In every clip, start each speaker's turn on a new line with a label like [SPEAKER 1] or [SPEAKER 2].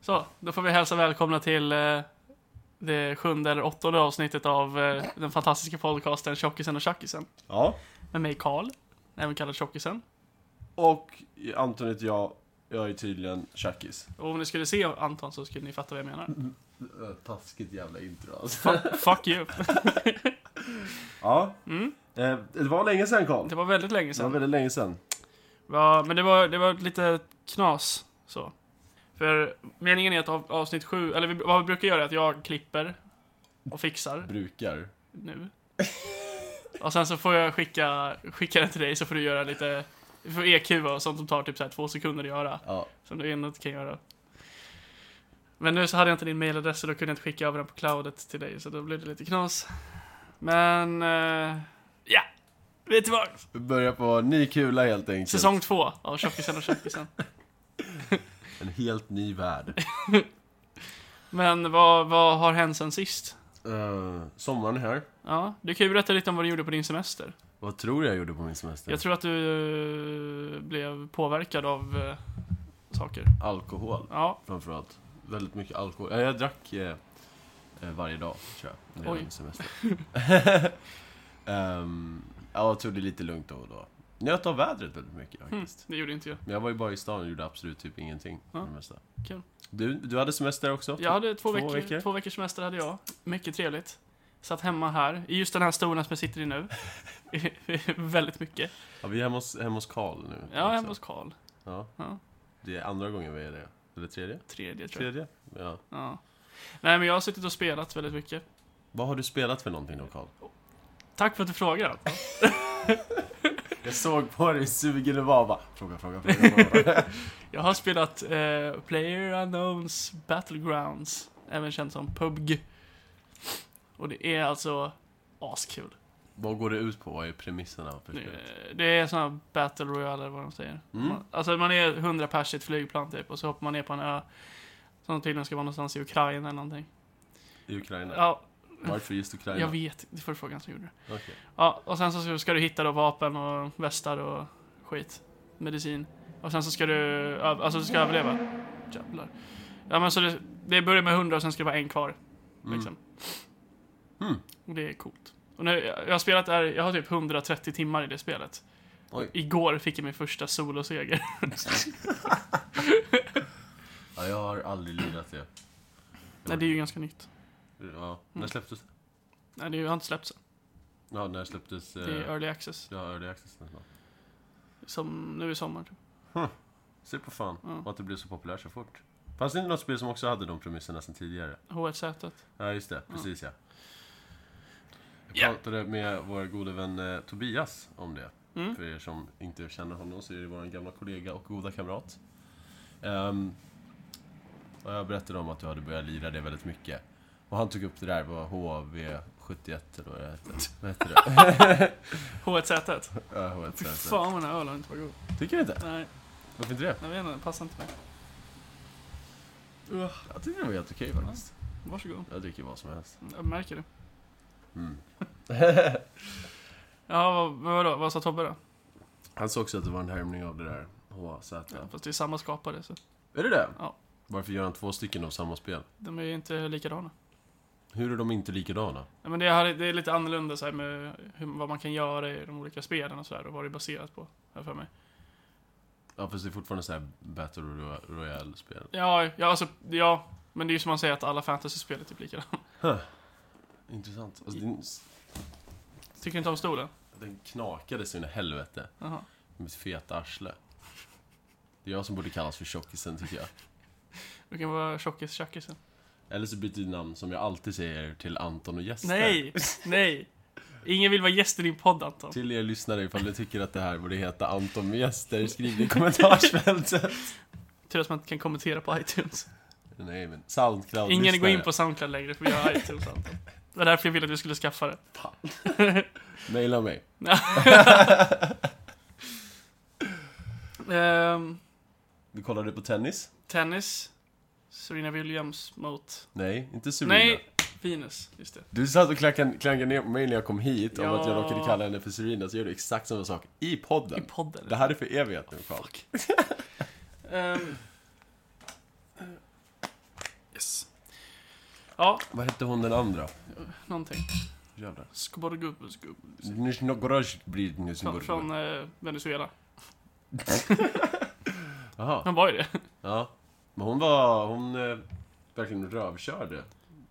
[SPEAKER 1] Så, då får vi hälsa välkomna till eh, det sjunde eller åttonde avsnittet av eh, den fantastiska podcasten Tjockisen och Tjackisen.
[SPEAKER 2] Ja.
[SPEAKER 1] Med mig Karl, även kallad Tjockisen.
[SPEAKER 2] Och Anton heter jag. Jag är tydligen tjackis.
[SPEAKER 1] Och om ni skulle se Anton så skulle ni fatta vad jag menar.
[SPEAKER 2] Äh, Taskigt jävla intro alltså.
[SPEAKER 1] Fuck, fuck you.
[SPEAKER 2] Ja.
[SPEAKER 1] Mm.
[SPEAKER 2] Eh, det var länge sedan Karl.
[SPEAKER 1] Det var väldigt länge
[SPEAKER 2] Det var
[SPEAKER 1] sedan.
[SPEAKER 2] väldigt länge sedan.
[SPEAKER 1] Ja, men det var, det var lite knas så. För meningen är att av, avsnitt sju, eller vi, vad vi brukar göra är att jag klipper och fixar
[SPEAKER 2] Brukar.
[SPEAKER 1] nu. Och sen så får jag skicka, skicka den till dig så får du göra lite, du får EQ och sånt som tar typ så här två sekunder att göra.
[SPEAKER 2] Ja.
[SPEAKER 1] Som du ändå inte kan göra. Men nu så hade jag inte din mailadress så då kunde jag inte skicka över den på cloudet till dig så då blev det lite knas. Men, eh, ja! Vi är tillbaka!
[SPEAKER 2] Vi börjar på ny kula helt enkelt.
[SPEAKER 1] Säsong två av Tjockisen och Tjockisen.
[SPEAKER 2] En helt ny värld.
[SPEAKER 1] Men vad, vad har hänt sen sist?
[SPEAKER 2] Eh, sommaren är här.
[SPEAKER 1] Ja, du kan ju berätta lite om vad du gjorde på din semester.
[SPEAKER 2] Vad tror du jag gjorde på min semester?
[SPEAKER 1] Jag tror att du eh, blev påverkad av eh, saker.
[SPEAKER 2] Alkohol.
[SPEAKER 1] Ja,
[SPEAKER 2] Framförallt. Väldigt mycket alkohol. Ja, jag drack eh, eh, varje dag, tror jag. När jag
[SPEAKER 1] Oj.
[SPEAKER 2] var i semester. Ehm, ja, jag tog det lite lugnt då och då. Njöt av vädret väldigt mycket
[SPEAKER 1] hm,
[SPEAKER 2] faktiskt.
[SPEAKER 1] det gjorde inte jag.
[SPEAKER 2] Men jag var ju bara i stan och gjorde absolut typ ingenting.
[SPEAKER 1] Ja,
[SPEAKER 2] för Det mesta.
[SPEAKER 1] kul.
[SPEAKER 2] Du, du hade semester också?
[SPEAKER 1] Jag hade två,
[SPEAKER 2] Två
[SPEAKER 1] veckor,
[SPEAKER 2] veckor.
[SPEAKER 1] två veckors semester hade jag. Mycket trevligt. Satt hemma här, i just den här stolen som jag sitter i nu. Väldigt mycket.
[SPEAKER 2] Ja, vi är hemma hos, hemma hos Carl nu.
[SPEAKER 1] Ja,
[SPEAKER 2] också.
[SPEAKER 1] hemma hos Karl.
[SPEAKER 2] Ja.
[SPEAKER 1] Ja.
[SPEAKER 2] Det är andra gången vi är det. Eller tredje?
[SPEAKER 1] Tredje, tror jag.
[SPEAKER 2] Tredje? Ja.
[SPEAKER 1] Ja. Nej, men jag har suttit och spelat väldigt mycket.
[SPEAKER 2] Vad har du spelat för någonting då, Carl?
[SPEAKER 1] Tack för att du frågar.
[SPEAKER 2] Jag såg på dig hur sugen du var bara, fråga, fråga, fråga. fråga.
[SPEAKER 1] Jag har spelat eh, Player Unknowns Battlegrounds, även känt som PubG. Och det är alltså askul.
[SPEAKER 2] Vad går det ut på? Vad är premisserna för spelet?
[SPEAKER 1] Eh, Det är såna här Battle Royale eller vad de säger.
[SPEAKER 2] Mm.
[SPEAKER 1] Man, alltså man är 100 pers i ett flygplan typ och så hoppar man ner på en ö. Som tydligen ska vara någonstans i Ukraina eller någonting.
[SPEAKER 2] I Ukraina?
[SPEAKER 1] Ja,
[SPEAKER 2] Varför just Ukraina?
[SPEAKER 1] jag vet. Det var frågan som gjorde det.
[SPEAKER 2] Okej.
[SPEAKER 1] Ja, och sen så ska du hitta då vapen och västar och skit. Medicin. Och sen så ska du, öv- alltså du ska överleva. Jävlar. Ja men så det, det börjar med 100 och sen ska det vara en kvar. Liksom.
[SPEAKER 2] Mm.
[SPEAKER 1] Och det är coolt. Och nu, jag jag har spelat där, jag har typ 130 timmar i det spelet.
[SPEAKER 2] Oj.
[SPEAKER 1] Igår fick jag min första soloseger.
[SPEAKER 2] Mm. Ja, jag har aldrig lirat det.
[SPEAKER 1] Nej det är ju ganska nytt.
[SPEAKER 2] Ja. När
[SPEAKER 1] Mm.
[SPEAKER 2] släpptes det?
[SPEAKER 1] Nej det är ju- har inte släppts än.
[SPEAKER 2] Ja, när släpptes... Eh...
[SPEAKER 1] Det är early access.
[SPEAKER 2] Ja, early access nästan.
[SPEAKER 1] Som nu i sommar. Typ.
[SPEAKER 2] Se på fan
[SPEAKER 1] Ja.
[SPEAKER 2] att det blev så populärt så fort. Fanns det inte något spel som också hade de premisserna sen tidigare?
[SPEAKER 1] H1Z.
[SPEAKER 2] Ja, just det. Precis ja. Jag
[SPEAKER 1] Ja.
[SPEAKER 2] pratade med vår gode vän eh, Tobias om det.
[SPEAKER 1] Mm.
[SPEAKER 2] För er som inte känner honom så är det vår gamla kollega och goda kamrat. Ehm, och jag berättade om att du hade börjat lira det väldigt mycket. Och han tog upp det där, vad HV71 eller vad det hette. Vad heter det?
[SPEAKER 1] H1Z.
[SPEAKER 2] Ja, HV71.
[SPEAKER 1] Fy fan vad den här ölen inte var god.
[SPEAKER 2] Tycker du inte?
[SPEAKER 1] Nej,
[SPEAKER 2] Varför inte det?
[SPEAKER 1] jag vet inte. Den passar inte mig.
[SPEAKER 2] Jag tycker det var helt okej faktiskt.
[SPEAKER 1] Varsågod.
[SPEAKER 2] Jag dricker vad som helst.
[SPEAKER 1] Jag märker det.
[SPEAKER 2] Mm.
[SPEAKER 1] Ja, vad, vad, då? vad sa Tobbe då?
[SPEAKER 2] Han sa också att det var en härmning av det där HZ.
[SPEAKER 1] Ja. Fast det är samma skapare, så
[SPEAKER 2] Är det det?
[SPEAKER 1] Ja.
[SPEAKER 2] Varför gör han två stycken av samma spel?
[SPEAKER 1] de är ju inte likadana.
[SPEAKER 2] Hur är de inte likadana?
[SPEAKER 1] Ja, men det, här, det är lite annorlunda så här med hur, vad man kan göra i de olika spelen och sådär och vad det är baserat på, här för mig.
[SPEAKER 2] Ja, fast det är fortfarande så här Battle Roy- Royale-spel.
[SPEAKER 1] Ja, ja, alltså, ja, men det är ju som man säger att alla fantasyspel är typ likadana.
[SPEAKER 2] Intressant. Alltså, den,
[SPEAKER 1] Tycker du inte om stolen?
[SPEAKER 2] den knakade så in i helvete.
[SPEAKER 1] Jaha.
[SPEAKER 2] Med mitt feta arsle. Det är jag som borde kallas för tjockisen, tycker jag.
[SPEAKER 1] Du kan vara tjockis-tjackisen.
[SPEAKER 2] Eller så byter du namn, som jag alltid säger, till Anton och gäster.
[SPEAKER 1] Nej! Nej! Ingen vill vara gäst i din podd, Anton.
[SPEAKER 2] Till er lyssnare, ifall ni tycker att det här borde heta Anton med gäster, skriv det i kommentarsfältet.
[SPEAKER 1] Tur att man inte kan kommentera på iTunes.
[SPEAKER 2] Nej, men Soundcloud
[SPEAKER 1] Ingen går in på Soundcloud längre, för vi har iTunes, Anton. Det var därför jag ville att vi skulle skaffa det.
[SPEAKER 2] Maila mig.
[SPEAKER 1] Ehm,
[SPEAKER 2] Vi kollade på tennis.
[SPEAKER 1] tennis. Serena Williams mot...
[SPEAKER 2] Nej, inte Serena.
[SPEAKER 1] Nej! Venus, just det.
[SPEAKER 2] Du satt och klankade, klankade ner på mig när jag kom hit om
[SPEAKER 1] Ja.
[SPEAKER 2] att jag råkade kalla henne för Serena, så gör du exakt samma sak i podden.
[SPEAKER 1] I podden.
[SPEAKER 2] det här är för evighet nu, Carl.
[SPEAKER 1] Ehm, Yes. Ja,
[SPEAKER 2] Vad hette hon den andra?
[SPEAKER 1] någonting.
[SPEAKER 2] Jävlar.
[SPEAKER 1] Scoborgubbus
[SPEAKER 2] Nizjnogorod blir
[SPEAKER 1] Från, från
[SPEAKER 2] Nizjnogorod.
[SPEAKER 1] eh, Venezuela.
[SPEAKER 2] Jaha.
[SPEAKER 1] Han var ju det.
[SPEAKER 2] Ja. Men hon var... Hon eh, verkligen rövkörde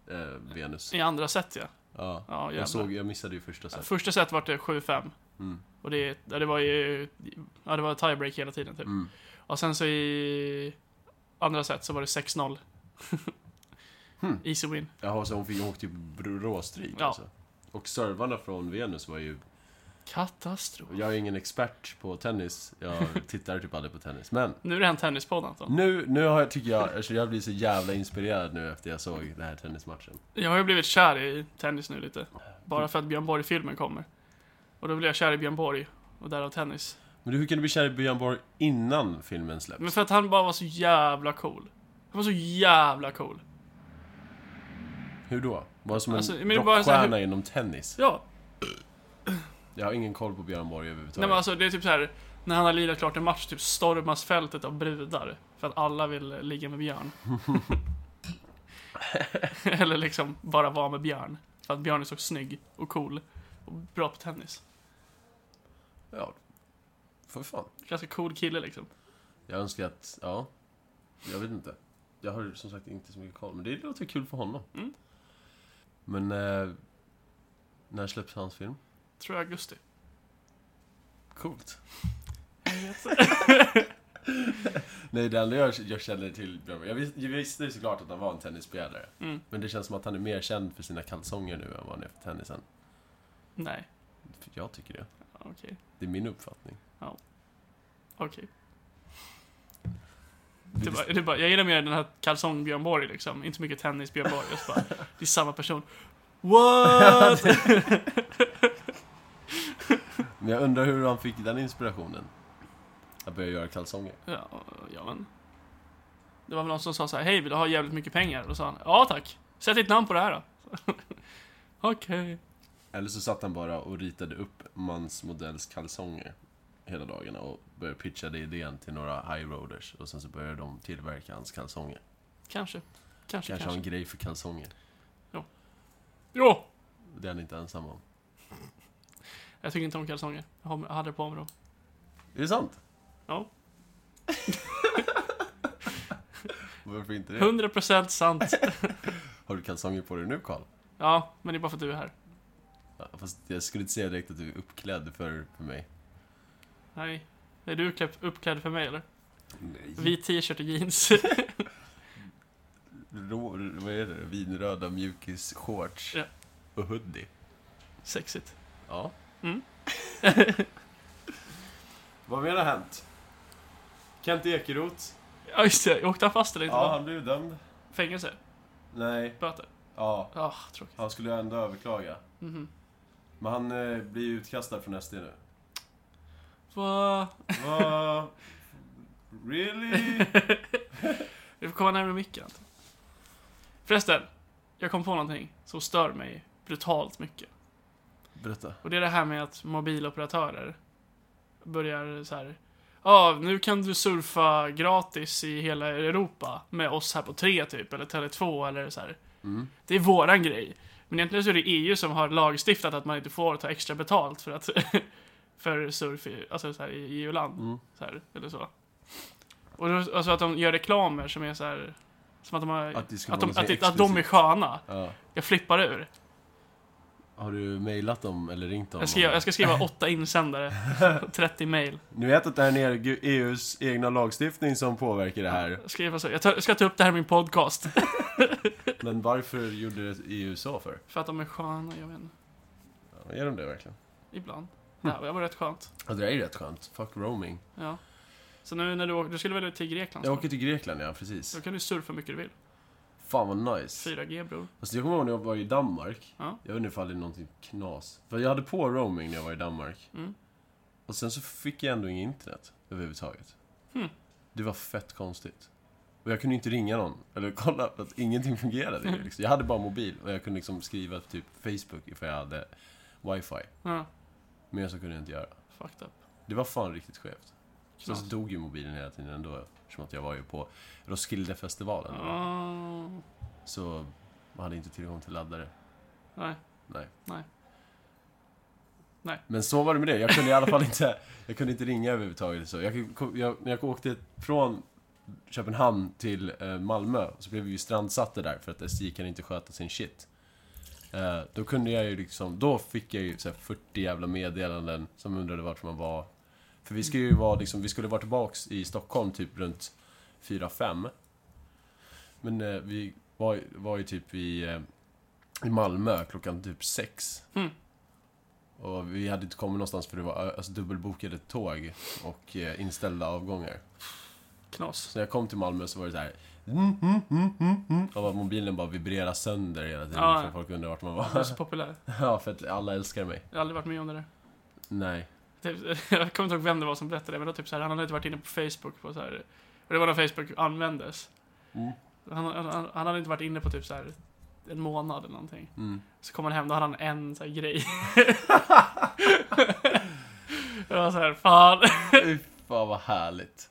[SPEAKER 2] eh, Venus.
[SPEAKER 1] I andra set ja.
[SPEAKER 2] Ja.
[SPEAKER 1] Ja, jävlar. Alltså,
[SPEAKER 2] Jag såg... Jag missade ju första set.
[SPEAKER 1] Första set var det 7-5.
[SPEAKER 2] Mm.
[SPEAKER 1] Och det, ja, det var ju... Ja, det var tiebreak hela tiden typ.
[SPEAKER 2] Mm.
[SPEAKER 1] Och sen så i andra set så var det 6-0.
[SPEAKER 2] Hmm.
[SPEAKER 1] Easy win.
[SPEAKER 2] Jaha, så hon fick hon åkte ju br- råstryk
[SPEAKER 1] Ja.
[SPEAKER 2] alltså. Och servarna från Venus var ju...
[SPEAKER 1] Katastrof.
[SPEAKER 2] Jag är ingen expert på tennis. Jag tittar typ aldrig på tennis. Men
[SPEAKER 1] Nu är det en tennispodd Anton.
[SPEAKER 2] nu, nu har jag, tycker jag... alltså, Jag blir så jävla inspirerad nu efter jag såg den här tennismatchen.
[SPEAKER 1] Jag har ju blivit kär i tennis nu lite.
[SPEAKER 2] Mm.
[SPEAKER 1] Bara för att Björn Borg-filmen kommer. Och då blev jag kär i Björn Borg. Och därav tennis.
[SPEAKER 2] Men hur kan du bli kär i Björn Borg innan filmen släpps?
[SPEAKER 1] Men för att han bara var så jävla cool. Han var så jävla cool.
[SPEAKER 2] Hur då? Var som en
[SPEAKER 1] Alltså, men det är bara så här,
[SPEAKER 2] rockstjärna inom tennis?
[SPEAKER 1] Ja,
[SPEAKER 2] Jag har ingen koll på Björn Borg överhuvudtaget.
[SPEAKER 1] Nej men alltså det är typ så här när han har lirat klart en match typ stormas fältet av brudar. För att alla vill eh, ligga med Björn. Eller liksom bara vara med Björn. För att Björn är så snygg och cool. Och bra på tennis. alltså-
[SPEAKER 2] Ja, för fan.
[SPEAKER 1] Ganska cool kille liksom.
[SPEAKER 2] Jag önskar att, ja. Jag vet inte. Jag har som sagt inte så mycket koll, men det låter kul för honom.
[SPEAKER 1] Mm.
[SPEAKER 2] Men, eh, när släpps hans film?
[SPEAKER 1] Tror jag augusti.
[SPEAKER 2] Coolt. Nej, det enda jag, jag känner till Björn Borg, jag, vis, jag visste ju såklart att han var en tennisspelare.
[SPEAKER 1] Mm.
[SPEAKER 2] Men det känns som att han är mer känd för sina kalsonger nu än vad han är för tennisen.
[SPEAKER 1] Nej.
[SPEAKER 2] För Jag tycker det.
[SPEAKER 1] Okej.
[SPEAKER 2] Det är min uppfattning.
[SPEAKER 1] Okej. Det är bara, det är bara, jag gillar mer den här kalsong Björn Borg liksom. Inte så mycket tennis Björn Borg. Just bara, det är samma person. What?
[SPEAKER 2] Men jag undrar hur han fick den inspirationen. Att börja göra kalsonger.
[SPEAKER 1] Ja, ja men. Det var väl någon som sa så här, hej vill du ha jävligt mycket pengar? Och då sa han, ja tack. Sätt ditt namn på det här då. Okej.
[SPEAKER 2] Eller så satt han bara och ritade upp mansmodells kalsonger hela dagarna och började pitcha det idén till några high roaders och sen så började de tillverka hans kalsonger.
[SPEAKER 1] Kanske. Kanske,
[SPEAKER 2] Kanske
[SPEAKER 1] kanske.
[SPEAKER 2] har en grej för kalsonger.
[SPEAKER 1] Jo!
[SPEAKER 2] Det är han inte ensam om.
[SPEAKER 1] Jag tycker inte om kalsonger. Jag har- jag hade på mig dem.
[SPEAKER 2] Är det sant?
[SPEAKER 1] Ja.
[SPEAKER 2] Varför inte det?
[SPEAKER 1] 100% sant.
[SPEAKER 2] Har du kalsonger på dig nu Karl?
[SPEAKER 1] Ja, men det är bara för att du är här.
[SPEAKER 2] Ja, fast jag skulle inte säga direkt att du är uppklädd för, för mig.
[SPEAKER 1] Nej. Är du uppklädd, uppklädd för mig eller?
[SPEAKER 2] Nej.
[SPEAKER 1] Vit t-shirt och jeans.
[SPEAKER 2] Rå, vad är det? Vinröda mjukis-shorts.
[SPEAKER 1] Ja.
[SPEAKER 2] Och hoodie.
[SPEAKER 1] Sexigt.
[SPEAKER 2] Ja.
[SPEAKER 1] Mm.
[SPEAKER 2] Vad mer har hänt? Kent Ekeroth.
[SPEAKER 1] Ja just det, åkte han fast eller inte?
[SPEAKER 2] Ja,
[SPEAKER 1] va?
[SPEAKER 2] han blev dömd.
[SPEAKER 1] Fängelse?
[SPEAKER 2] Nej.
[SPEAKER 1] Böter?
[SPEAKER 2] Ja,
[SPEAKER 1] Ah, tråkigt.
[SPEAKER 2] han skulle ändå överklaga.
[SPEAKER 1] Mhm.
[SPEAKER 2] Men han eh, blir ju utkastad från SD nu.
[SPEAKER 1] Va?
[SPEAKER 2] Va? Really?
[SPEAKER 1] Du får komma närmare micken Anton. Förresten, jag kom på någonting som stör mig brutalt mycket.
[SPEAKER 2] Berätta.
[SPEAKER 1] Och det är det här med att mobiloperatörer börjar så här. Ja, nu kan du surfa gratis i hela Europa med oss här på 3 typ, eller Tele2 eller så här.
[SPEAKER 2] Mm.
[SPEAKER 1] Det är våran grej. Men egentligen så är det EU som har lagstiftat att man inte får ta extra betalt för att för surf i, alltså så här, i EU-land.
[SPEAKER 2] Mm.
[SPEAKER 1] Så här, eller så. Och då, alltså att de gör reklamer som är så här. Som att de har...
[SPEAKER 2] Att det ska
[SPEAKER 1] Att de,
[SPEAKER 2] vara
[SPEAKER 1] att,
[SPEAKER 2] någonting
[SPEAKER 1] det- att de är
[SPEAKER 2] explicit.
[SPEAKER 1] sköna.
[SPEAKER 2] Ja.
[SPEAKER 1] Jag flippar ur.
[SPEAKER 2] Har du mejlat dem eller ringt dem?
[SPEAKER 1] Jag ska, jag ska skriva åtta insändare. 30 mail.
[SPEAKER 2] Nu vet att det här är ner- EUs egna lagstiftning som påverkar det här.
[SPEAKER 1] Jag, skriver så, jag, tar, jag ska ta upp det här i min podcast.
[SPEAKER 2] Men varför gjorde det EU så för?
[SPEAKER 1] För att de är sköna, jag vet inte.
[SPEAKER 2] Ja, Är de det verkligen?
[SPEAKER 1] Ibland. Det här var rätt skönt.
[SPEAKER 2] Ja, det är ju rätt skönt. Fuck roaming.
[SPEAKER 1] Ja. Så nu när du åker, du skulle väl ut till Grekland?
[SPEAKER 2] Jag
[SPEAKER 1] snart?
[SPEAKER 2] åker till Grekland, ja precis.
[SPEAKER 1] Då kan du surfa hur mycket du vill.
[SPEAKER 2] Fan vad nice.
[SPEAKER 1] 4G bror.
[SPEAKER 2] Alltså, jag kommer ihåg när jag var i Danmark.
[SPEAKER 1] Ja.
[SPEAKER 2] Jag vet inte ifall det är någonting knas. För jag hade på roaming när jag var i Danmark.
[SPEAKER 1] Mm.
[SPEAKER 2] Och sen så fick jag ändå inget internet överhuvudtaget.
[SPEAKER 1] Hmm.
[SPEAKER 2] Det var fett konstigt. Och jag kunde inte ringa någon eller kolla för att ingenting fungerade.
[SPEAKER 1] Hm.
[SPEAKER 2] ju, Liksom. Jag hade bara mobil och jag kunde liksom skriva på typ Facebook ifall jag hade wifi.
[SPEAKER 1] Ja.
[SPEAKER 2] Men så kunde jag inte göra.
[SPEAKER 1] Fucked up.
[SPEAKER 2] Det var fan riktigt skevt. Sen så
[SPEAKER 1] Knas.
[SPEAKER 2] dog ju mobilen hela tiden ändå eftersom att jag var ju på Roskilde-festivalen.
[SPEAKER 1] Ah.
[SPEAKER 2] Så man hade inte tillgång till laddare.
[SPEAKER 1] Nej.
[SPEAKER 2] Nej.
[SPEAKER 1] Nej. Nej.
[SPEAKER 2] Men så var det med det. Jag kunde i alla fall inte, jag kunde inte ringa överhuvudtaget. Så jag, jag, när jag åkte från Köpenhamn till eh, Malmö så blev vi ju strandsatta där för att SJ kan inte sköta sin shit. Eh, då kunde jag ju liksom, då fick jag ju så här 40 jävla meddelanden som undrade vart man var. För vi skulle ju vara liksom, vi skulle vara tillbaks i Stockholm typ runt 4-5. Men eh, vi var, ju- var ju typ i, eh, i Malmö klockan typ 6.
[SPEAKER 1] Mm.
[SPEAKER 2] Och vi hade inte kommit någonstans för det var eh, alltså, dubbelbokade tåg och eh, inställda avgångar.
[SPEAKER 1] Knas.
[SPEAKER 2] Så när jag kom till Malmö så var det så här. Mm, mm, mm, mm, mm. Och bara, mobilen bara vibrerade sönder hela tiden
[SPEAKER 1] Ja,
[SPEAKER 2] för
[SPEAKER 1] ja.
[SPEAKER 2] folk undrade vart man
[SPEAKER 1] Jag är
[SPEAKER 2] var.
[SPEAKER 1] så populär.
[SPEAKER 2] ja, för att alla älskar mig.
[SPEAKER 1] Jag har aldrig varit med om det där.
[SPEAKER 2] Nej.
[SPEAKER 1] Typ, jag kommer inte ihåg vem det var som berättade det, men då typ så här, han hade inte varit inne på Facebook på så här, och det var när Facebook användes.
[SPEAKER 2] Mm.
[SPEAKER 1] Han, han, han hade inte varit inne på typ så här en månad eller någonting.
[SPEAKER 2] Mm.
[SPEAKER 1] Så kom han hem, då hade han en så här grej. jag var så här, fan.
[SPEAKER 2] Fy fan vad härligt.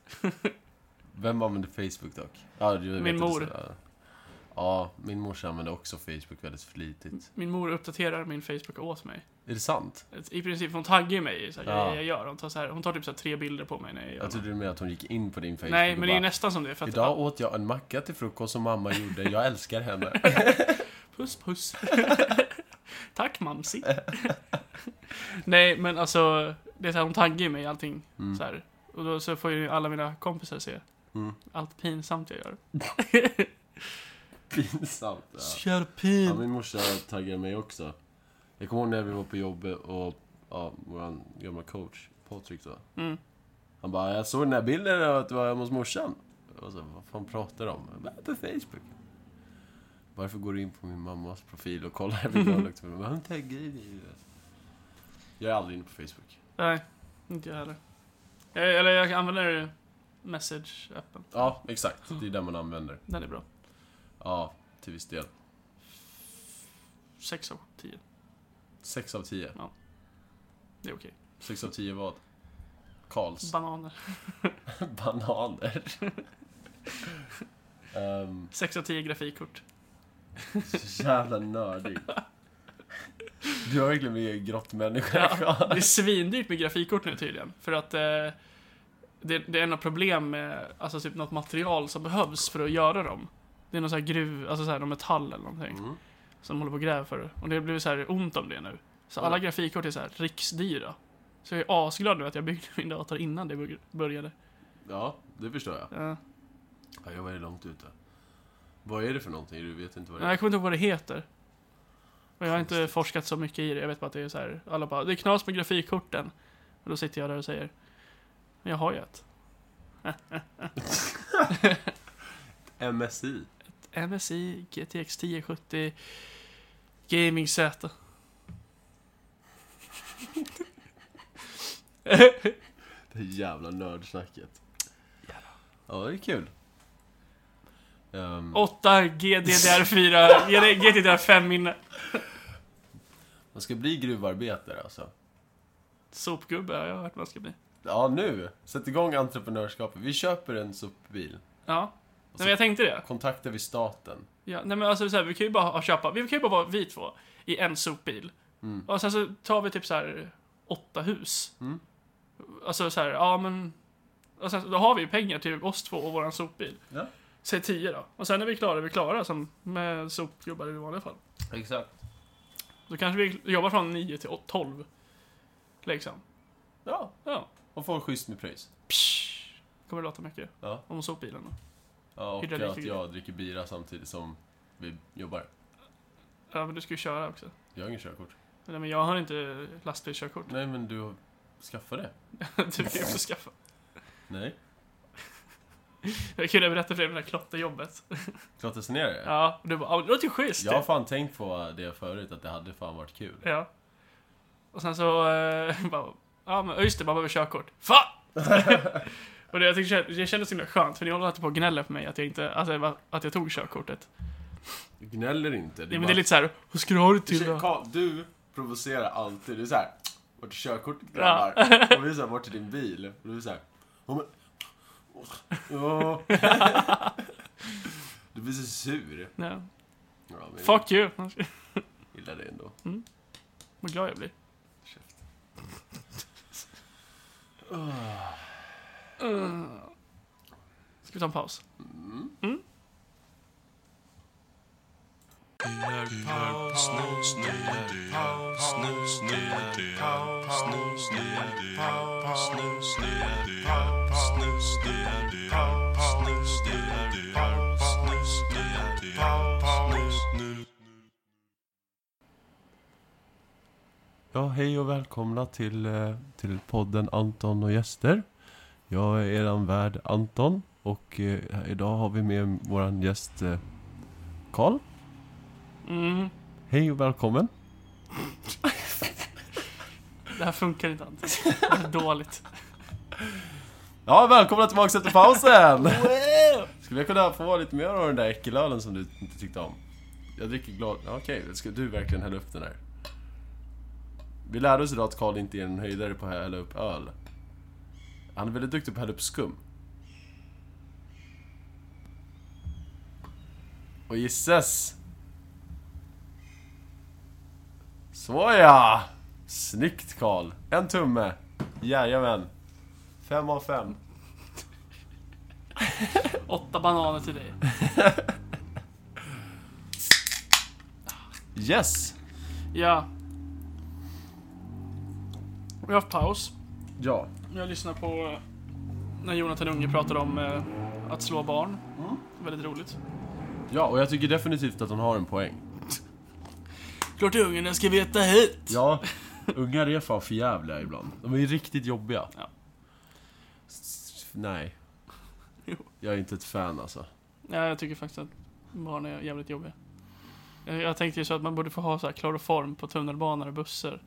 [SPEAKER 2] Vem använder Facebook dock? Ja, du vet
[SPEAKER 1] Min
[SPEAKER 2] att det-
[SPEAKER 1] mor.
[SPEAKER 2] ja. Ja, min morsa använder också Facebook väldigt flitigt.
[SPEAKER 1] Min mor uppdaterar min Facebook åt mig.
[SPEAKER 2] Är det sant?
[SPEAKER 1] I princip, hon taggar ju mig i så här,
[SPEAKER 2] Ja.
[SPEAKER 1] grejer jag gör. Hon tar, så här, hon tar typ så här, tre bilder på mig när jag gör
[SPEAKER 2] Jag trodde du menade att hon gick in på din
[SPEAKER 1] något.
[SPEAKER 2] Facebook
[SPEAKER 1] Nej,
[SPEAKER 2] och
[SPEAKER 1] men det är ju
[SPEAKER 2] bara,
[SPEAKER 1] nästan som det. För att,
[SPEAKER 2] Idag åt jag en macka till frukost som mamma gjorde, jag älskar henne.
[SPEAKER 1] Puss puss. Tack mamsi. Nej men alltså, det är så här, hon taggar ju mig i allting. Så här. Och då så får ju alla mina kompisar se
[SPEAKER 2] Mm.
[SPEAKER 1] allt pinsamt jag gör.
[SPEAKER 2] Pinsamt. Ja.
[SPEAKER 1] Kör
[SPEAKER 2] Ja,
[SPEAKER 1] pin.
[SPEAKER 2] min morsa taggade mig också. Jag kommer ihåg när vi var på jobbet och ja, vår gamla coach, Patrik då.
[SPEAKER 1] Mm.
[SPEAKER 2] Han bara, jag såg den här bilden av att du var hemma hos morsan. Och så, vad fan pratar du om? Jag bara, på Facebook. Varför går du in på min mammas profil och kollar vilka hon luktar på? Men hon taggar ju dig. Jag är aldrig inne på Facebook.
[SPEAKER 1] Nej, inte jag heller. Jag, eller jag använder message-appen.
[SPEAKER 2] Ja, exakt. Det är där man använder.
[SPEAKER 1] Den är bra.
[SPEAKER 2] Ja, till viss del.
[SPEAKER 1] 6 av 10.
[SPEAKER 2] Sex av tio.
[SPEAKER 1] Det är okej.
[SPEAKER 2] Sex av tio vad? Karls.
[SPEAKER 1] Bananer.
[SPEAKER 2] Bananer. Ehm,
[SPEAKER 1] 6 av 10 grafikkort.
[SPEAKER 2] Så jävla nördig. Du har verkligen blivit en grottmänniska.
[SPEAKER 1] Ja, det är svindyrt med grafikkort nu tydligen. För att eh, det, det är något problem med alltså, typ något material som behövs för att göra dem. Det är någon sån här gruv, alltså så här, någon metall eller någonting
[SPEAKER 2] Mm.
[SPEAKER 1] som de håller på och gräver för. Och det blir så här ont om det nu. Så alla
[SPEAKER 2] Mm.
[SPEAKER 1] grafikkort är så här riksdyra. Så jag är asglad nu att jag byggde min dator innan det börj- började.
[SPEAKER 2] Ja, det förstår jag.
[SPEAKER 1] Ja.
[SPEAKER 2] Ja, jag var ju långt ute. Vad är det för någonting? Du vet inte vad det
[SPEAKER 1] Nej,
[SPEAKER 2] är?
[SPEAKER 1] jag kommer inte ihåg vad det heter. Och jag har inte
[SPEAKER 2] Konstigt.
[SPEAKER 1] forskat så mycket i det. Jag vet bara att det är så här. Alla bara, det är knas med grafikkorten. Och då sitter jag där och säger, men jag har ju ett.
[SPEAKER 2] MSI.
[SPEAKER 1] MSI, GTX 1070, Gaming Z.
[SPEAKER 2] Det jävla nördsnacket. Ja, det är kul. Ehm,
[SPEAKER 1] 8 GDDR4, eller GDDR5-minne.
[SPEAKER 2] Man ska bli gruvarbetare alltså.
[SPEAKER 1] Sopgubbe har jag hört man ska bli.
[SPEAKER 2] Ja, nu! Sätt igång entreprenörskapet. Vi köper en sopbil.
[SPEAKER 1] Ja. Nej, men jag tänkte det.
[SPEAKER 2] Kontaktar vi staten.
[SPEAKER 1] Ja, nej men alltså så här, vi kan ju bara ha- köpa, vi kan ju bara vara vi två i en sopbil. Och sen så tar vi typ så här åtta hus.
[SPEAKER 2] Mm.
[SPEAKER 1] Alltså så här, ja men... Och sen, då har vi ju pengar till oss två och våran sopbil.
[SPEAKER 2] Ja.
[SPEAKER 1] Säg tio då. Och sen när vi är klara, är vi klara som med sopgubbar i vanliga fall.
[SPEAKER 2] Exakt.
[SPEAKER 1] Då kanske vi jobbar från 9 till 12. Liksom.
[SPEAKER 2] Ja,
[SPEAKER 1] Ja.
[SPEAKER 2] och får schysst med pröjs.
[SPEAKER 1] Psh. Kommer det låta mycket.
[SPEAKER 2] Ja.
[SPEAKER 1] Om sopbilen då.
[SPEAKER 2] Ja, och
[SPEAKER 1] Hydraulik-
[SPEAKER 2] att jag dricker bira samtidigt som vi jobbar.
[SPEAKER 1] Ja, men du ska ju köra också.
[SPEAKER 2] Jag har ingen körkort.
[SPEAKER 1] Nej, men jag har inte lastbilskörkort.
[SPEAKER 2] Nej, men du skaffade det.
[SPEAKER 1] du kan ju också skaffa.
[SPEAKER 2] Nej.
[SPEAKER 1] Det är kul, jag berättade för dig om det där klotterjobbet.
[SPEAKER 2] Klart jag ner det.
[SPEAKER 1] Ja, och du bara, "Ja, det låter ju schysst.
[SPEAKER 2] Jag har fan tänkt på det förut, att det hade fan varit kul.
[SPEAKER 1] ja. Och sen så, eh, bara, ja men just det, man behöver körkort. Fan! och det, jag tyckte, det kändes så himla skönt, för ni håller alltid på och gnäller på mig att jag inte, alltså, att jag tog körkortet.
[SPEAKER 2] Du gnäller inte.
[SPEAKER 1] Nej, men det är lite så här, vad ska du ha det till då?
[SPEAKER 2] Karl, du provocerar alltid. Du är såhär, vart är körkortet
[SPEAKER 1] Ja.
[SPEAKER 2] grabbar? Och vi är såhär, vart är din bil? Och du är såhär, "Ja, men- åh, åh." Du blir så sur.
[SPEAKER 1] Ja.
[SPEAKER 2] Ja, men
[SPEAKER 1] Fuck you!
[SPEAKER 2] Jag gillar det ändå.
[SPEAKER 1] Vad glad jag blir. Uh. Ska vi ta en paus?
[SPEAKER 2] Ja, hej och välkomna till, eh, till podden Anton och gäster. Jag är eran värd Anton och eh, idag har vi med våran gäst eh, Karl.
[SPEAKER 1] Mm.
[SPEAKER 2] Hej och välkommen.
[SPEAKER 1] Det här funkar inte Ante. Det här är dåligt.
[SPEAKER 2] Ja, välkomna tillbaks efter pausen! Skulle jag kunna få lite mer av den där äckelölen som du inte tyckte om? Jag dricker glad... ja, Okej, ska du verkligen hälla upp den här? Vi lärde oss idag att Karl inte är en höjdare på att hälla upp öl. Han är väldigt duktig på att hälla upp skum. Och gisses! Såja! Snyggt Karl! En tumme! Jajamän! Fem av fem.
[SPEAKER 1] Åtta bananer till dig.
[SPEAKER 2] Yes!
[SPEAKER 1] Ja. Vi har haft paus.
[SPEAKER 2] Ja.
[SPEAKER 1] Jag lyssnar på eh, när Jonathan Unge pratade om eh, att slå barn. Väldigt roligt.
[SPEAKER 2] Ja, och jag tycker definitivt att hon har en poäng.
[SPEAKER 1] Klart ungarna ska veta hit!
[SPEAKER 2] Ja, ungar är fan förjävliga ibland. De är ju riktigt jobbiga.
[SPEAKER 1] Ja.
[SPEAKER 2] S- Nej.
[SPEAKER 1] Jo.
[SPEAKER 2] Jag är inte ett fan alltså.
[SPEAKER 1] Ja, jag tycker faktiskt att barn är jävligt jobbiga. Jag, jag tänkte ju så att man borde få ha så här kloroform på tunnelbanor och bussar.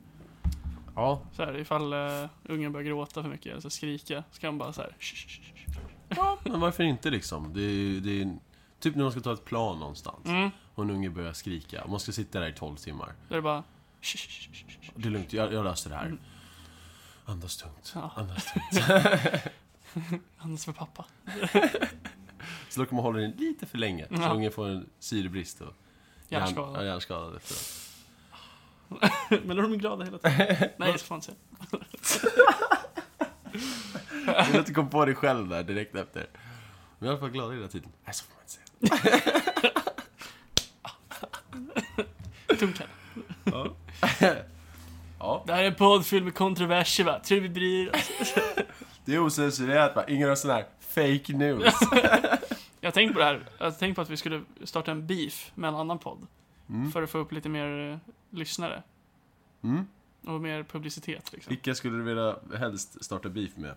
[SPEAKER 2] Ja.
[SPEAKER 1] Så här, ifall uh, ungen börjar gråta för mycket eller så skrika, så kan man bara så här. "Shh, shh, shh, shh."
[SPEAKER 2] Men varför inte liksom? Det är, ju- det är, ju- typ när man ska ta ett plan någonstans.
[SPEAKER 1] Mm.
[SPEAKER 2] Och en unge börjar skrika. Och man ska sitta där i 12 timmar.
[SPEAKER 1] Då är det bara. "Shh, shh, shh, shh, shh."
[SPEAKER 2] Det är lugnt, jag, jag löser det här. Andas tungt.
[SPEAKER 1] Mm. Ja.
[SPEAKER 2] Andas tungt.
[SPEAKER 1] Annars för pappa.
[SPEAKER 2] Så då kan man hålla den lite för länge.
[SPEAKER 1] Ja.
[SPEAKER 2] Så ungen får en syrebrist och
[SPEAKER 1] Hjärnskada.
[SPEAKER 2] ja, hjärnskada efteråt.
[SPEAKER 1] Men då är de glada hela tiden. Nej, det får man inte säga.
[SPEAKER 2] Jag att du kom på dig själv där direkt efter. Men jag är i alla fall glad hela tiden. Nej, så får man inte säga.
[SPEAKER 1] Tunkan.
[SPEAKER 2] Ja. ja.
[SPEAKER 1] Det här är en podd fylld med kontroverser va? Tror vi bryr oss.
[SPEAKER 2] Det är osensurerat va? Ingen sån här fake news.
[SPEAKER 1] Jag tänkte på det här. Jag tänkte på att vi skulle starta en beef med en annan podd. För att få upp lite mer eh, lyssnare.
[SPEAKER 2] Mm.
[SPEAKER 1] Och mer publicitet liksom.
[SPEAKER 2] Vilka skulle du vilja helst starta beef med?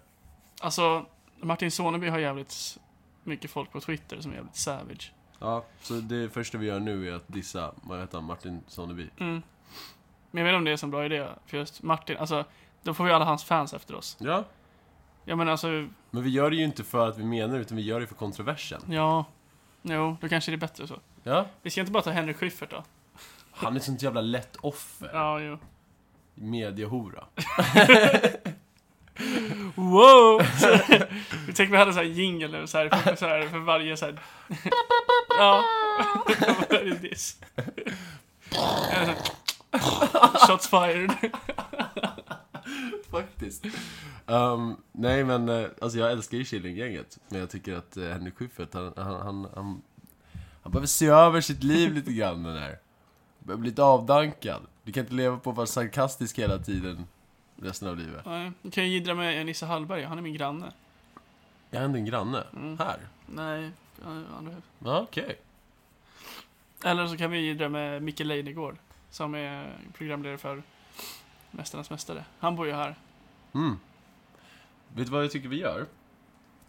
[SPEAKER 1] Alltså, Martin Soneby har jävligt mycket folk på Twitter som är jävligt savage.
[SPEAKER 2] Ja, så det första vi gör nu är att dissa, vad heter han, Martin Sonneby?
[SPEAKER 1] Mm. Men jag vet inte om det är en så bra idé, för just Martin, alltså, då får vi alla hans fans efter oss.
[SPEAKER 2] Ja.
[SPEAKER 1] Ja men alltså,
[SPEAKER 2] Men vi gör det ju inte för att vi menar det, utan vi gör det för kontroversen.
[SPEAKER 1] ja, jo, då kanske det är bättre så.
[SPEAKER 2] Ja.
[SPEAKER 1] Vi ska inte bara ta Henrik Schyffert då?
[SPEAKER 2] Han är ett sånt jävla lätt offer.
[SPEAKER 1] Ja, jo.
[SPEAKER 2] Mediehora.
[SPEAKER 1] Wow! Vi tänkte vi hade så här jingle nu, så här, för, så här, för varje så här... Ja. För varje diss. Eller så här- Shots fired.
[SPEAKER 2] Faktiskt. Ehm, nej men, eh, alltså jag älskar ju Killinggänget. Men jag tycker att eh, Henrik Schyffert, han, han, han, han, han behöver se över sitt liv lite grann den här. Behöver bli lite avdankad. Du kan inte leva på att vara sarkastisk hela tiden resten av livet.
[SPEAKER 1] Nej, Nu kan jag jiddra med Nisse Hallberg, han är min granne. Mm.
[SPEAKER 2] Är han din granne? Här?
[SPEAKER 1] Nej, andra
[SPEAKER 2] Ja, okej.
[SPEAKER 1] Eller så kan vi jiddra med Micke Leijnegård, som är programledare för Mästarnas Mästare. Han bor ju här.
[SPEAKER 2] Mm. Vet du vad jag tycker vi gör?